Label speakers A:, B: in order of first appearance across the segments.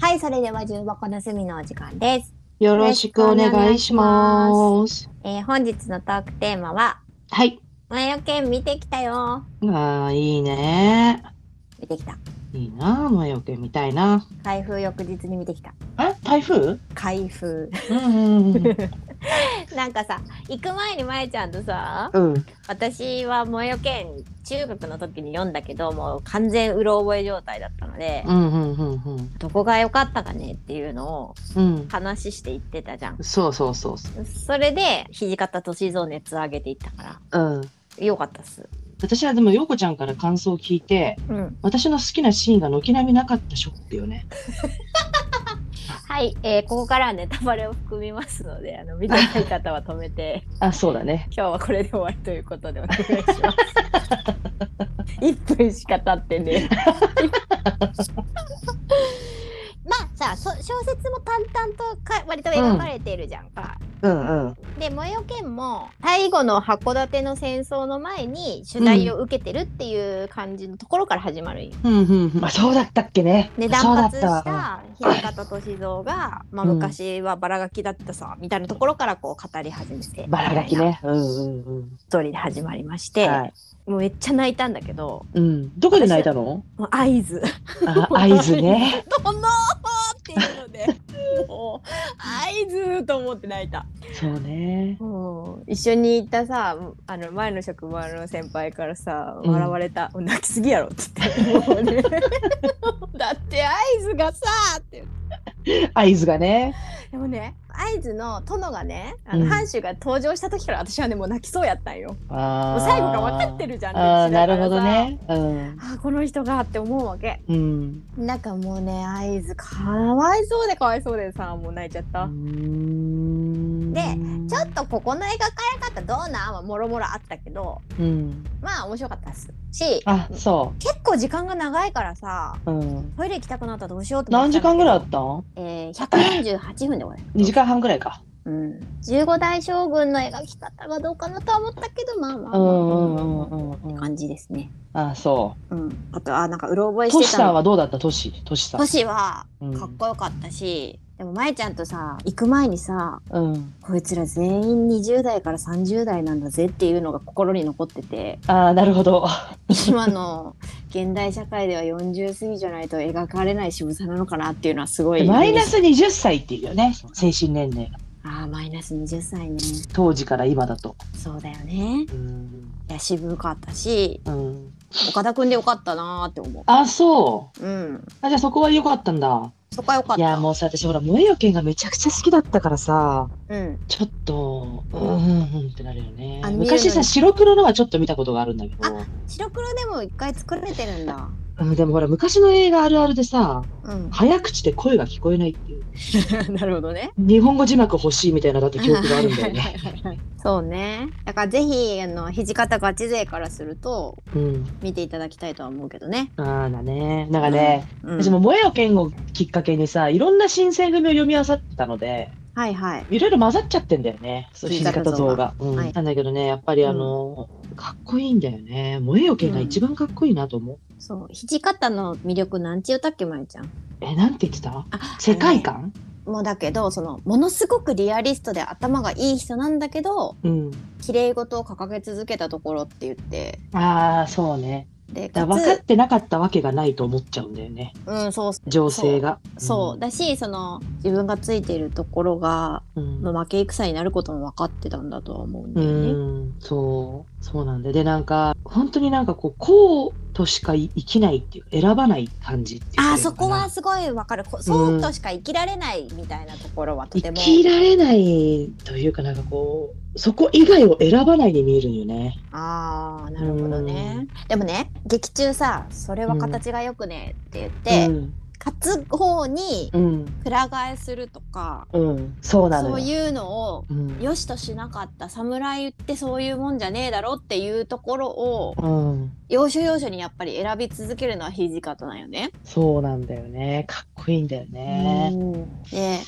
A: はい、それでは重箱の隅のお時間です。
B: よろしくお願いします。
A: えー本日のトークテーマは、
B: はい。
A: 魔除け見てきたよ。
B: ああ、いいね。
A: 見てきた。
B: いいな、魔除けみたいな。
A: 開封翌日に見てきた。
B: え、台風
A: 開封。
B: うんうんうん。
A: なんかさ、行く前にまえちゃんとさ、
B: うん。
A: 私は魔除け中学の時に読んだけど、もう完全うろ覚え状態だったので、
B: うんうんうんうん。
A: どこが良かったかねっていうのを
B: うん。
A: 話して言ってたじゃん。
B: そうそうそうそ
A: それで、土方歳三熱上げていったから、
B: う。うん。
A: 良かったっす。
B: 私はでも、陽子ちゃんから感想を聞いて、
A: うん。
B: 私の好きなシーンが軒並みなかったショックよね。
A: はい、えーここからはネタバレを含みますので、あの見てない方は止めて、
B: あ、そうだね。
A: 今日はこれで終わりということでお願いし ます。1分しか経ってね。 まあさそ小説も淡々とか割と描かれているじゃんか。
B: うんうん。
A: で、模様剣も最後の函館の戦争の前に取材を受けてるっていう感じのところから始まるよ。
B: うんうんうん。あ、そうだったっけね。
A: で
B: そう
A: 断髪
B: だっ
A: した
B: わ。
A: た土方歳三が、まあ、
B: うん
A: 昔はバラガキだったさ、みたいなところからこう語り始めて
B: バラガキね。うんうんうん。
A: ストーリーで始まりまして、
B: はい。
A: もうめっちゃ泣いたんだけど
B: うん。どこで泣いたの
A: もう合図
B: あ、合図ね。
A: 「どの!」っていうので もう合図と思って泣いた
B: そうね。
A: もう一緒に行ったさあの前の職場の先輩からさ
B: うん
A: 笑われた「泣きすぎやろ」っつってもうね だって合図がさって
B: 合図がね。
A: でもね会津の殿がねあの
B: うん
A: 藩主が登場した時から私はねもう泣きそうやったんよ、
B: あ
A: もう最後が分かってるじゃん
B: あ
A: 歴
B: あー
A: 史だ
B: な
A: か
B: る
A: らさ
B: ほどね。うん。
A: あーこの人がって思うわけ
B: うん。
A: なんかもうね会津かわいそうでかわいそうでさもう泣いちゃった、でちょっとここの描かれ方どうなんはもろもろあったけど
B: と、うん、
A: まあ面白かったっすし
B: あそ
A: 結構時間が長いからさ
B: う、うん、
A: トイレ行きたくなったらどうしようと思っ
B: 何
A: て
B: 時
A: た
B: 間
A: ん
B: ぐらいあ
A: だけど
B: ったん
A: えー、148分でございます
B: ?2 時間半ぐらいか。
A: うん、15代将軍の描き方がどうかなとは思ったけどまあま
B: う
A: あま
B: ん
A: あ
B: うんう
A: まあ
B: ん
A: ま
B: うん
A: あって
B: うん。
A: 感じですね。
B: あそ
A: うん、あとあなんかうろ覚え
B: う。
A: し
B: トシ
A: てた
B: さん
A: の。
B: はどうだったトシトシさん。
A: トシは
B: うん
A: かっこよかったし、でもまえちゃんとさ行く前にさ
B: うん。
A: こいつら全員20代から30代なんだぜっていうのが心に残ってて
B: ああなるほど。
A: 今の現代社会では40過ぎじゃないと描かれない渋さなのかなっていうのはすごい
B: マイナス20歳っていうよね精神年齢が
A: あーマイナス20歳ね
B: 当時から今だと。
A: そうだよね
B: うん。
A: いや渋かったし
B: うん、
A: 岡田君でよかったなーって思う
B: あそう。
A: うん。
B: あじゃあそこは良かったんだ。
A: そこは良かった。
B: いやもうさ私ほら萌えよ剣がめちゃくちゃ好きだったからさ。
A: うん。
B: ちょっと、うんうんうんってなるよね
A: あ。見る
B: 昔
A: の
B: さ、
A: に
B: 白黒のはちょっと見たことがあるんだけど、
A: 白黒でも一回作れてるんだ。
B: うん、でもほら、昔の映画あるあるでさ、
A: うん。
B: 早口で声が聞こえないっていう、
A: なるほどね。
B: 日本語字幕欲しいみたいなだって記憶があるんだよね。
A: そうね。だからぜひ、あの、土方ガチ勢からすると、
B: うん。
A: 見ていただきたいとは思うけどね。
B: ああだね。なんかね、
A: うん
B: 私も萌えよ剣をきっかけにさ、いろんな新選組を読み漁ってたので、
A: はいはい。
B: いろいろ混ざっちゃってんだよね、そう
A: 土
B: 土
A: 方像
B: 方像
A: が
B: が。うん
A: はい
B: なんだけどね、やっぱりあの、かっこいいんだよね。萌えよ剣が一番かっこいいなと思う。
A: そう。土方の魅力なんて言ったっけ、まゆちゃん。
B: え、なんて言ってた
A: あ
B: 世界観、
A: もうだけど、その、ものすごくリアリストで頭がいい人なんだけど、
B: うん。
A: 綺麗事を掲げ続けたところって言って、
B: ああ、そうね。
A: で、か
B: だ分かっ
A: つ、
B: てなかったわけがないと思っちゃうんだよね。
A: うん、そう、
B: 情勢が。
A: そう。だし、その、自分がついているところが、
B: うん。うん
A: の負け戦になることも分かってたんだとは思うん
B: う
A: だよね。
B: んそう、そうなんで、で、なんか、本当になんかこう、こうとしか生きないっていう、選ばない感じっていうか。
A: あーそこはすごい分かるこそうとしか生きられないみたいなところはとて
B: 生
A: も、
B: きられないというかなんかこう、そこ以外を選ばないに見えるんよね。
A: ああなるほどね、でもね劇中さ「それは形がよくね」って言って、
B: うん、
A: 勝つ方に
B: うん、
A: くら替えするとか、
B: うん、そうなの
A: そ
B: よ。
A: ういうのを
B: うん、
A: 良しとしなかった侍ってそういうもんじゃねえだろっていうところを
B: うん、
A: 要所要所にやっぱり選び続けるのは土方なんよね。
B: そうなんだよね。かっこいいんだよね。
A: うんで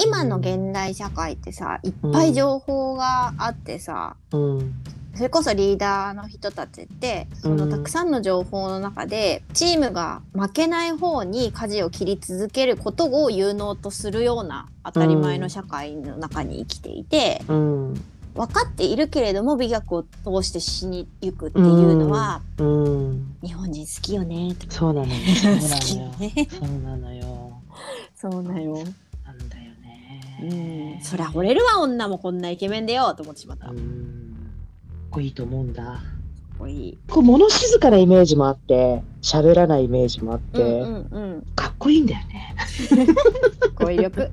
A: 今の現代社会ってさいっぱい情報があってさ、
B: うん、
A: それこそリーダーの人たちってその
B: うん
A: たくさんの情報の中でチームが負けない方に舵を切り続けることを有能とするような当たり前の社会の中に生きていて
B: うん。
A: 分かっているけれども美学を通して死にゆくっていうのは
B: うん。
A: 日本人好きよねとか
B: そうなのよ。そうな
A: 好きよ
B: のよ。
A: ね
B: そうなのよ。
A: そうだよ、
B: なんだよ
A: う
B: ね
A: ん、。そりゃ惚れるわ女もこんなイケメンでよと思ってしまった
B: う
A: かっ
B: ん。かっこいいと思うんだ。
A: こいい、
B: こう物静かなイメージもあって、喋らないイメージもあって、
A: うんうんうん
B: かっこいいんだよね。
A: 語彙 力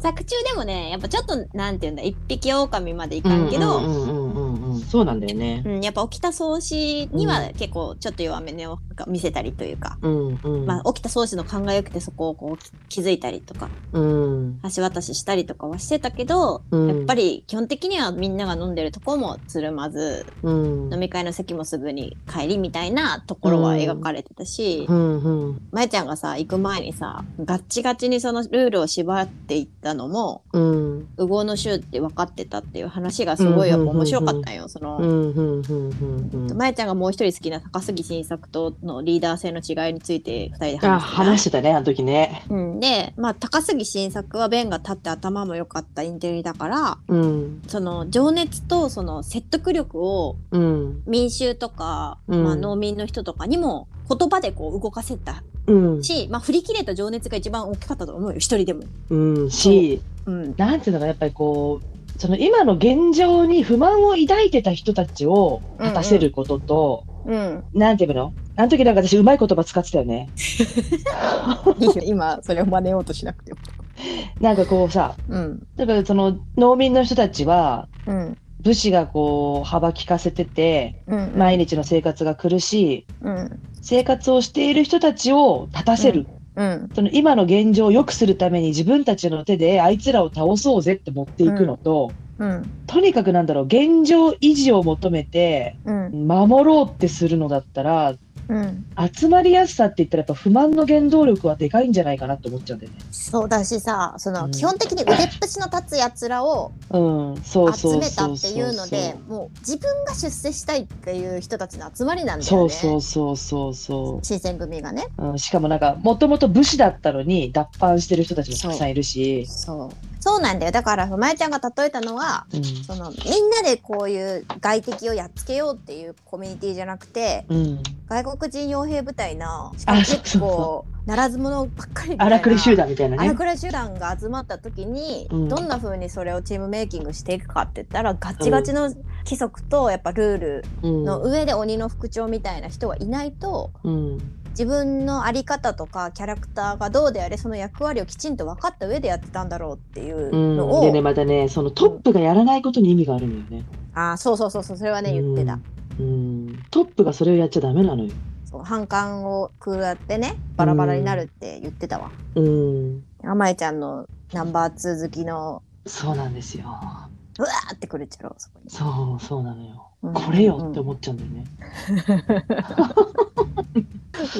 A: 作中でもねやっぱちょっとなんていうんだ一匹狼までいかんけど、
B: う
A: うん
B: んうんうんうんうん、そうなんだよね。
A: やっぱ沖田総司に
B: う
A: は結構ちょっと弱めねを見せたりというか、
B: うんうん。
A: まあ、沖田総司の考えよくてそこをこう気づいたりとか
B: うん。
A: 橋渡ししたりとかはしてたけど、
B: うん
A: やっぱり基本的にはみんなが飲んでるとこもつるまず
B: うん。
A: 飲み会の席もすぐに帰りみたいなところは描かれてたし、
B: うんうん
A: まえちゃんがさ行く前にさガッチガチにそのルールを縛っていったのも
B: うん
A: 右往の衆って分かってたっていう話がすごいやっぱ面白かったんよ。そ
B: うんう
A: の
B: んうんうんうん。
A: まえちゃんがもう一人好きな高杉晋作とのリーダー性の違いについて2人で話してた
B: あ、話してたね、あの時ね。
A: うん、で、まあ、高杉晋作は弁が立って頭も良かったインテリだから
B: うん
A: その情熱とその説得力を
B: うん
A: 民衆とか、
B: うん
A: まあ、農民の人とかにも言葉でこう動かせた
B: うん
A: し、まあ、振り切れた情熱が一番大きかったと思うよ一人でも。
B: うんし、
A: うん
B: なんていうのかなやっぱりこうその今の現状に不満を抱いてた人たちを果たせることと、
A: うん、
B: なんていうのあの時なんか私うまい言葉使ってたよね。
A: いいよ今それを真似ようとしなくても。
B: なんかこうさ
A: うん
B: 例えばその農民の人たちは
A: うん
B: 武士がこう幅利かせてて
A: うん
B: 毎日の生活が苦しい
A: うん
B: 生活をしている人たちを立たせる、
A: うん
B: その今の現状を良くするために自分たちの手であいつらを倒そうぜって持っていくのと、
A: うん
B: とにかくなんだろう現状維持を求めて
A: うん
B: 守ろうってするのだったら
A: うん
B: 集まりやすさって言ったらやっぱ不満の原動力はでかいんじゃないかなって思っちゃうんだよね。
A: そうだしさその、
B: うん
A: 基本的に腕っぷしの立つやつらを
B: うん、そうそ
A: 集め
B: う
A: た
B: そう
A: って
B: そう
A: いうのでもう自分が出世したいっていう人たちの集まりなんだ
B: そ
A: よ
B: う
A: ね
B: そうそうそうそ
A: 新選組がね
B: う、うん、しかもなんかもともと武士だったのに脱藩してる人たちもたくさんいるし
A: そうそうなんだよだからまえちゃんが例えたのはそのみんなでこういう外敵をやっつけようっていうコミュニティじゃなくて
B: うん、うん、
A: 外国人傭兵部隊のしかも
B: あそう
A: 結
B: そう
A: 構ならず者ばっかりみたいな
B: 荒くれ集団みたいな
A: 荒
B: ね
A: くれ集団が集まった時に、
B: うん
A: どんな風にそれをチームメイキングしていくかって言ったらガチガチの規則とやっぱルール
B: うん
A: の上で鬼の副長みたいな人はいないと
B: うん
A: 自分の在り方とかキャラクターがどうであれその役割をきちんと分かった上でやってたんだろうっていう
B: うん
A: のを、
B: でねまたねそのトップがやらないことに意味があるのよね。
A: あーそうそうそうそうそれはね言ってた。
B: うん、うんトップがそれをやっちゃダメなのよ。
A: そう反感を食らってねバラバラになるって言ってたわ。
B: うん、
A: 甘えちゃんのナンバー2好きの
B: そうなんですよ。
A: うわーってくるっちゃろうそこに。
B: そう、そうなのよ。
A: うん
B: これよって思っちゃうんだよね。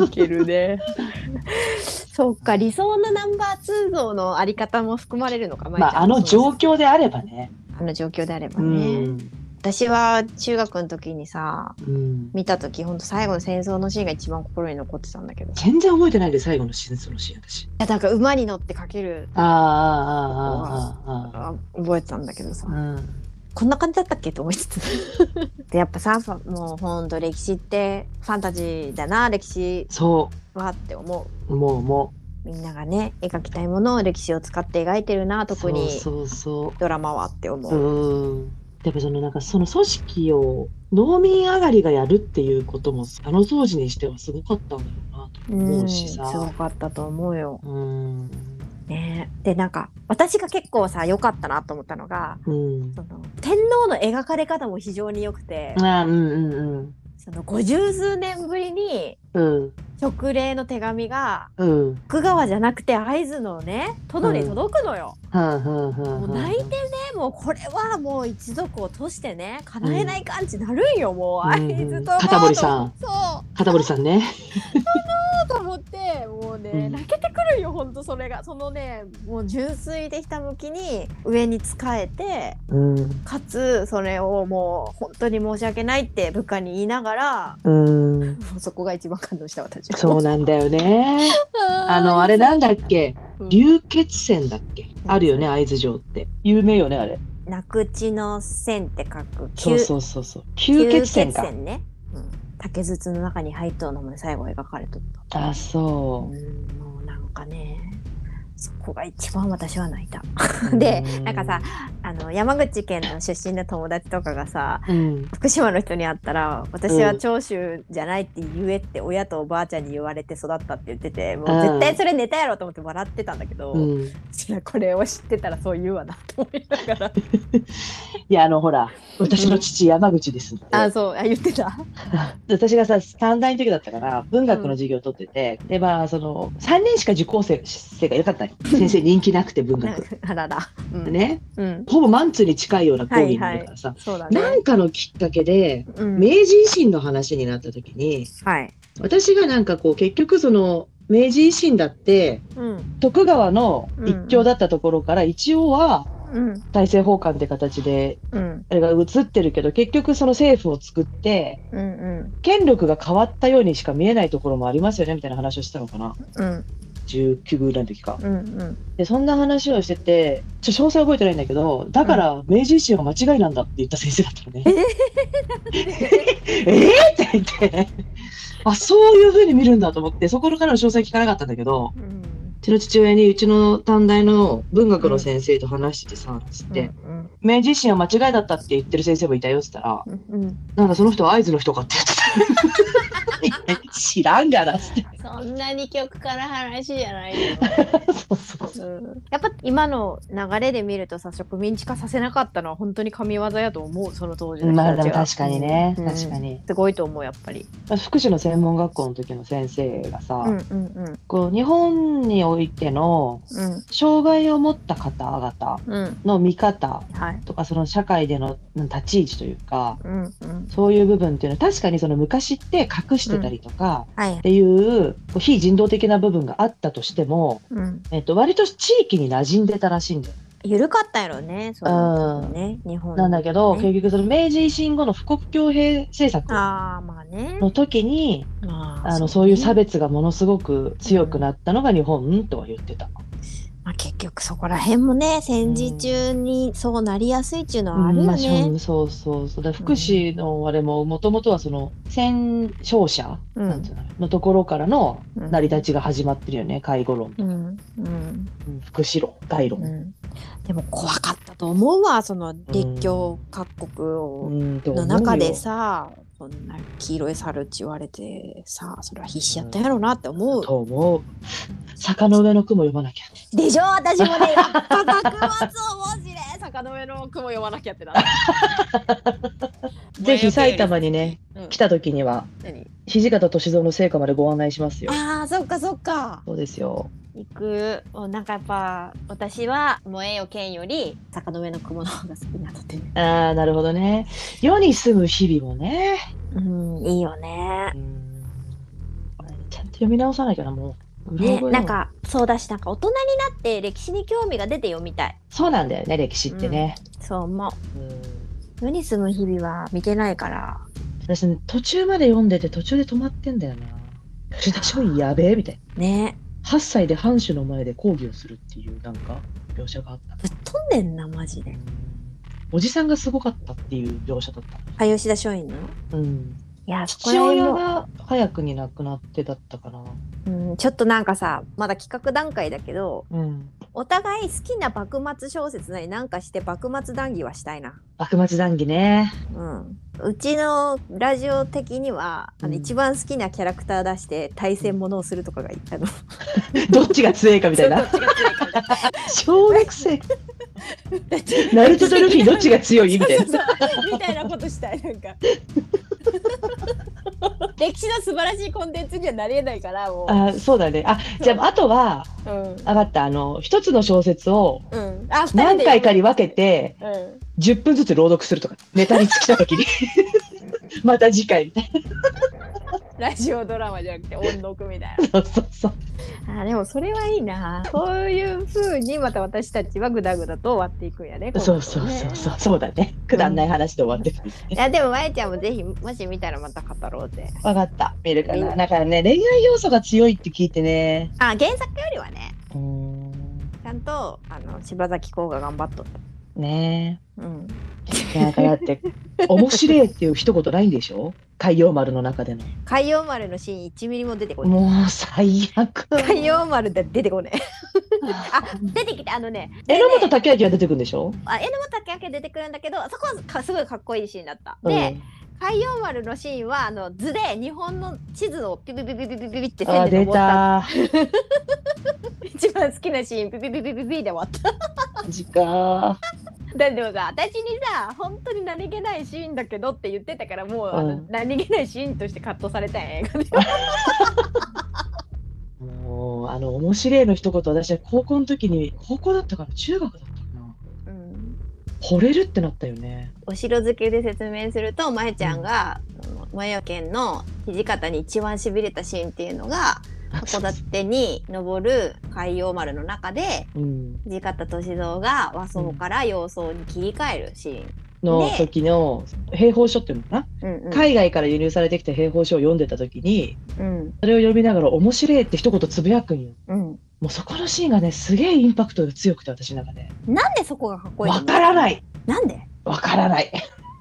A: いけるね。 そうか理想のナンバー2像のあり方も含まれるのか。
B: まあ、あの状
A: 況
B: 況であればね。
A: あの状況であれば
B: う
A: ね。
B: ん、
A: 私は中学の時にさ
B: うん。
A: 見た時ほんと最後の戦争のシーンが一番心に残ってたんだけどい
B: 全然覚えてないんで、最後の真相のシーン、私。
A: やなんか馬に乗ってかける
B: ああ、ああ、ああ、ああ。
A: あ覚えてたんだけどさ
B: うん、
A: こんな感じだったっけと思いつつ でやっぱさもうほんと歴史ってファンタジーだな歴史
B: そ
A: はって思う
B: う、もう、も
A: みんながね描きたいものを歴史を使って描いてるな
B: う。
A: 特に
B: そう、そう、
A: ドラマはって思。
B: そうう。うん。やっぱそのなんかその組織を農民上がりがやるっていうこともあの当時にしてはすごかったんだろうなと思うしさ。
A: すごかったと思うよ。
B: うん。
A: ね、でなんか私が結構さ良かったなと思ったのが
B: うん。
A: その天皇の描かれ方も非常に良くて、
B: あーうんうん
A: その五十数年ぶりに
B: うん。うん。
A: 勅令の手紙が
B: うん。
A: 福川じゃなくて会津のね殿に届くのよ。
B: はあはあはあ
A: もう
B: はあ
A: 泣いてねもうこれはもう一族をとしてね叶えない感じなるんよ、もう会津
B: うんうん
A: と
B: 片堀さん
A: そう
B: 片堀さんね。
A: と思ってもうね、
B: うん
A: 泣けてくるよほんととそれがそのねもう純粋でひたむきに上に仕えて
B: うん
A: かつそれをもう本当に申し訳ないって部下に言いながら
B: うん
A: もうそこが一番感動した私は
B: そうなんだよ ね
A: あ
B: あのあれなんだっけ
A: うん
B: 流血栓だっけあるよね会津城って有名よねあれ
A: 泣く血の線って書く
B: そうそうそうそう吸血栓か
A: 線ね、うん、竹筒の中に入っとうのも最後描かれとった
B: あ
A: う
B: そ
A: んもうなんかねそこが一番私は泣いた
B: う
A: で
B: う
A: なんかさあの山口県の出身の友達とかがさ
B: うん
A: 福島の人に会ったら私は長州じゃないって言えって親とおばあちゃんに言われて育ったって言っててもう絶対それネタやろと思って笑ってたんだけど、
B: うん
A: そりゃこれを知ってたらそう言うわなと思いなが ら
B: いやあのほら私の父山口ですって
A: あそうあ言ってた
B: 私がさ短大の時だったから文学の授業を取ってて、でまあその3人しか受講生生がいなかったの先生人気なくて文
A: なん
B: 学
A: かあらら、うん、
B: ね
A: うん、
B: ほぼマンツーに近いような講義になるからさ、
A: そうだ
B: な
A: ね。
B: んかのきっかけで
A: うん
B: 明治維新の話になった時に
A: はい。
B: 私がなんかこう結局その明治維新だって
A: うん。
B: 徳川の一強だったところから一応は
A: うん。
B: 大政奉還って形で
A: うん。
B: あれが映ってるけど結局その政府を作って
A: うん。
B: 権力が変わったようにしか見えないところもありますよねみたいな話をしてたのかな
A: うん。
B: 19ぐらいの時か
A: うん。うん。
B: でそんな話をしててちょ詳細は覚えてないんだけどだから明治維新は間違いなんだって言った先生だったのね、ええーって言ってあそういうふうに見るんだと思ってそこからの詳細聞かなかったんだけど
A: うん。
B: うちの父親にうちの短大の文学の先生と話しててさ、つって、
A: うん。
B: 明治維新は間違いだったって言ってる先生もいたよって言ったら、
A: うん。
B: なんだその人は会津の人かって言ってた。知らんがなっつって。
A: そんなに曲から話じゃないよ。
B: そうそうそう
A: うんやっぱ今の流れで見るとさ植民地化させなかったのは本当に神業やと思うその当時の人
B: まあ
A: た
B: で
A: ち
B: も
A: が
B: 確かにね、
A: うん
B: 確かに。
A: すごいと思うやっぱり
B: 福祉の専門学校の時の先生がさ、
A: うんうんうん
B: こう日本においての
A: うん
B: 障害を持った方々
A: うん
B: の見方
A: はい
B: とかその社会でのうん立ち位置というか
A: うんうん
B: そういう部分っていうのは確かにその昔って隠してたりとか
A: はい
B: っていうこう非人道的な部分があったとしても、
A: うん
B: えっと、割と地域に馴染んでたらしいんだよ。
A: 緩かったやろねそういうのね日本
B: なんだけど、
A: ね
B: 結局その明治維新後の富国強兵政策
A: ああまあね
B: の時に
A: ま
B: あのそういう差
A: 別
B: 別がものすごく強くなったのが日本とは言ってた。
A: まあ、結局そこら辺もね戦時中にそうなりやすいっていうのはある
B: うんま
A: よ
B: あ
A: ね。
B: そうそうそうだ福祉のあれももともとはその戦勝者、
A: うん
B: なんていうののところからの
A: うん
B: 成り立ちが始まってるよね介護論、
A: うんうん
B: うん福祉論概
A: う
B: 論、
A: ん、でも怖かったと思うわその列強各国
B: う
A: を、
B: んと思う
A: の
B: よ
A: 中でさこんな黄色い猿って言われてさそれは必死やったんやろうなって思う。
B: と思う坂の上の雲読まなきゃ
A: でしょ私も ね「パパクマツを文字で坂の上の雲読まなきゃ」ってなった
B: ぜひ埼玉に
A: う
B: ね、
A: ん
B: 来た時には
A: 何
B: 土方歳三の成果までご案内しますよ
A: あーそっかそっか。
B: そうですよ
A: 行くもうなんかやっぱ私は「燃えよ剣」より「坂の上の雲」の方が好きなので、ね、
B: ああなるほどね世に住む日々もね、
A: うんいいよね。
B: うんちゃんと読み直さなきゃなもううろ
A: ね
B: 覚えだわ
A: なんかそうだしなんか大人になって歴史に興味が出て読みたい
B: そうなんだよね歴史ってね、
A: そう思う
B: うん
A: 世に住む日々は見てないから
B: 私ね途中まで読んでて途中で止まってんだよな私もやべえみたい
A: ね
B: な8歳で藩主の前で抗議をするっていうなんか描写があった
A: ぶっ飛んでんなマジで
B: おじさんがすごかったっていう描写だっ
A: あ吉田松陰のい
B: た、うん、
A: やそこ
B: 父
A: ら辺
B: 親
A: も、
B: が早くに亡くなってだったかな、
A: うん、ちょっとなんかさまだ企画段階だけど
B: うん、
A: お互い好きな幕末小説なりなんかして幕末談義はしたいな
B: 幕末談義ね
A: うん、うちのラジオ的にはあの、
B: うん
A: 一番好きなキャラクター出して対戦ものをするとかがいったの。
B: どっちが強いかみたいな小学生 ナルトとルフィどっちが強いみたいな
A: みたいなことしたいなん か歴史の素晴らしいコンテンツにはなりえないからも
B: あーそうだねあじゃああとは
A: う。うん
B: 分かったあの一つの小説を
A: うん、あ二人
B: 何
A: で
B: 回かに分けて
A: うん、
B: 10分ず つ朗読するとかネタに尽きた時にまた次回みたい
A: ラジオドラマじゃなくて音読みたい
B: そうそうそう。
A: な あーでもそれはいいなそういう風にまた私たちはグダグダと終わっていくんやね
B: そうそうそうそう、そうだね。くだんない話で終わってる。
A: いやでもまやちゃんもぜひもし見たらまた語ろうぜ
B: わかった。見るか
A: 見
B: な。
A: る
B: だからね、恋愛要素が強いって聞いてね。
A: あ原作よりはね
B: うーん。
A: ちゃんとあの柴咲コウが頑張っとった
B: ね
A: うん
B: え。なんかだって、面白いっていう一言ないんでしょ海洋丸の中での。
A: 海洋丸のシーン1ミリも出てこない
B: もう最悪。
A: 海洋丸って出てこないあ出てきたあのね
B: 榎本武明が出てくるんでしょ
A: あ榎本武明出てくるんだけどそこはかすごいかっこいいシーンだった、で、海洋丸のシーンはあの図で日本の地図をピピピピピピピピって
B: うん、あ
A: 線で
B: 出
A: 登った
B: た。
A: 一番好きなシーンピピピピピピで終わった
B: マジか。
A: だってでもさ私にさ本当に何気ないシーンだけどって言ってたからもう、あ
B: う
A: の
B: ん
A: 何気ないシーンとしてカットされたんや映画で
B: もう、あの、面白いの一言、私は高校の時に、高校だったから中学だったかな。
A: うん
B: 惚れるってなったよね。
A: お城漬けで説明するとまゆちゃんがまゆけんの土方に一番しびれたシーンっていうのが函館に登る海洋丸の中で
B: うん。
A: 土方歳三が和装から洋装に切り替えるシーン。
B: の
A: ね
B: 時の兵法書っていうのかな、
A: うんうん
B: 海外から輸入されてきた兵法書を読んでた時に
A: うん
B: それを読みながら「面白い」って一言つぶやくんよ
A: うん
B: もうそこのシーンがねすげえインパクトが強くて私の中で
A: なんでそこがかっこいいの
B: わからない
A: なんで
B: わからない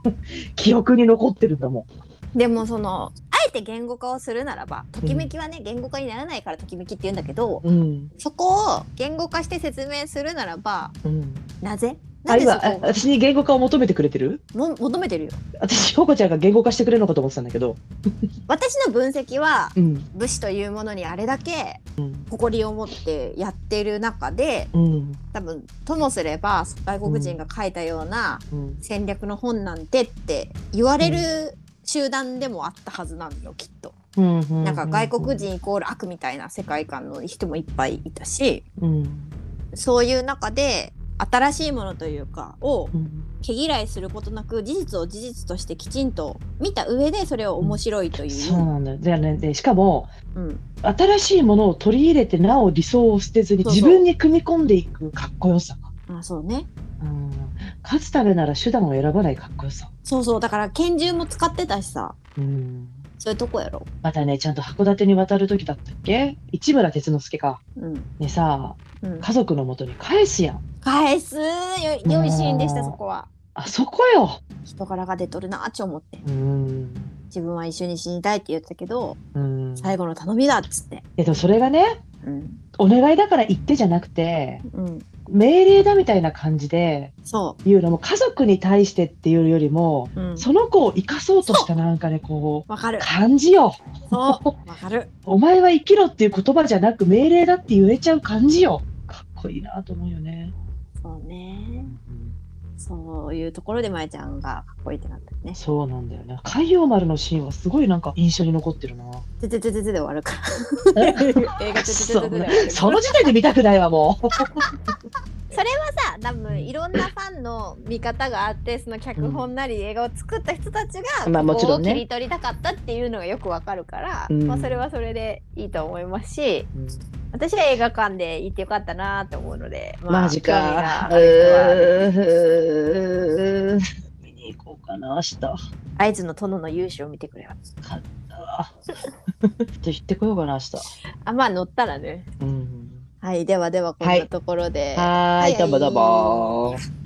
B: 記憶に残ってるんだも
A: でもそのあえて言語化をするならばときめきはね、言語化にならないからときめきって言うんだけど
B: んうん
A: そこを言語化して説明するならば
B: うん
A: なぜな
B: あ
A: んで
B: 今
A: そ
B: あ
A: こ
B: 私に言語化を求めてくれてる
A: をも求めてるよ
B: 私ほこちゃんが言語化してくれるのかと思ってたんだけど
A: 私の分析は
B: うん
A: 武士というものにあれだけ
B: うん
A: 誇りを持ってやってる中で
B: うん
A: 多分ともすれば外国人が書いたような
B: うん
A: 戦略の本なんてって言われる集団でもあったはずなんよきっと。
B: うん
A: なんか外国人イコール悪みたいな世界観の人もいっぱいいたし
B: うん
A: そういう中で新しいものというかを
B: うん
A: 毛嫌いすることなく事実を事実としてきちんと見た上でそれを面白いとい
B: そう
A: う。
B: なんだよであのねでしかも
A: うん
B: 新しいものを取り入れてなお理想を捨てずに
A: そうそう
B: 自分に組み込んでいくかっこよさ
A: あそうね
B: うん勝つためなら手段を選ばないかっこよさ、
A: そうそうだから拳銃も使ってたしさ
B: うん、
A: そういうとこやろ。
B: またねちゃんと函館に渡る時だったっけ市村哲之助か
A: うん
B: ねさ
A: うん、
B: 家族のもとに返すやん
A: 返すよ良いシーンでした
B: も
A: そうこは。
B: あそこよ
A: 人柄が出とるなって思って
B: うん
A: 自分は一緒に死にたいって言ってたけど
B: うん
A: 最後の頼みだっつって。
B: えでもそれがね
A: うん
B: お願いだから言ってじゃなくて
A: うん、
B: 命令だみたいな感じで
A: そ
B: 言うのも家族に対してっていうよりも
A: う、うん、
B: その子を生かそうとしたなんかねこう
A: わかる
B: 感じよ
A: そうわかる
B: お前は生きろっていう言葉じゃなく命令だって言えちゃう感じよかっこいいなと思うよね
A: そうねそういうところでまえちゃんがかっこいいってなったよね
B: そうなんだよね海洋丸のシーンはすごいなんか印象に残ってる な
A: てててててで終わるから
B: え
A: 映画てててて
B: そ
A: てで終わる
B: その時点で見たくないわもう
A: さ多分いろんなファンの見方があってその脚本なり映画を作った人たちが、
B: まあもちろん
A: こ
B: ね
A: こを切り取りたかったっていうのがよくわかるから、
B: うん
A: まあ、それはそれでいいと思いますし私は映画館で行ってよかったなと思うので、まあ
B: マジか
A: 興味がある人は
B: うーん見に行こうかな 明日
A: 会津の殿の勇姿を見てくれよ
B: あーちょっと行ってこようかな明日、
A: あまあ乗ったらね
B: うん、
A: はいではではこん
B: は
A: ないところで、
B: はーいどうもどうも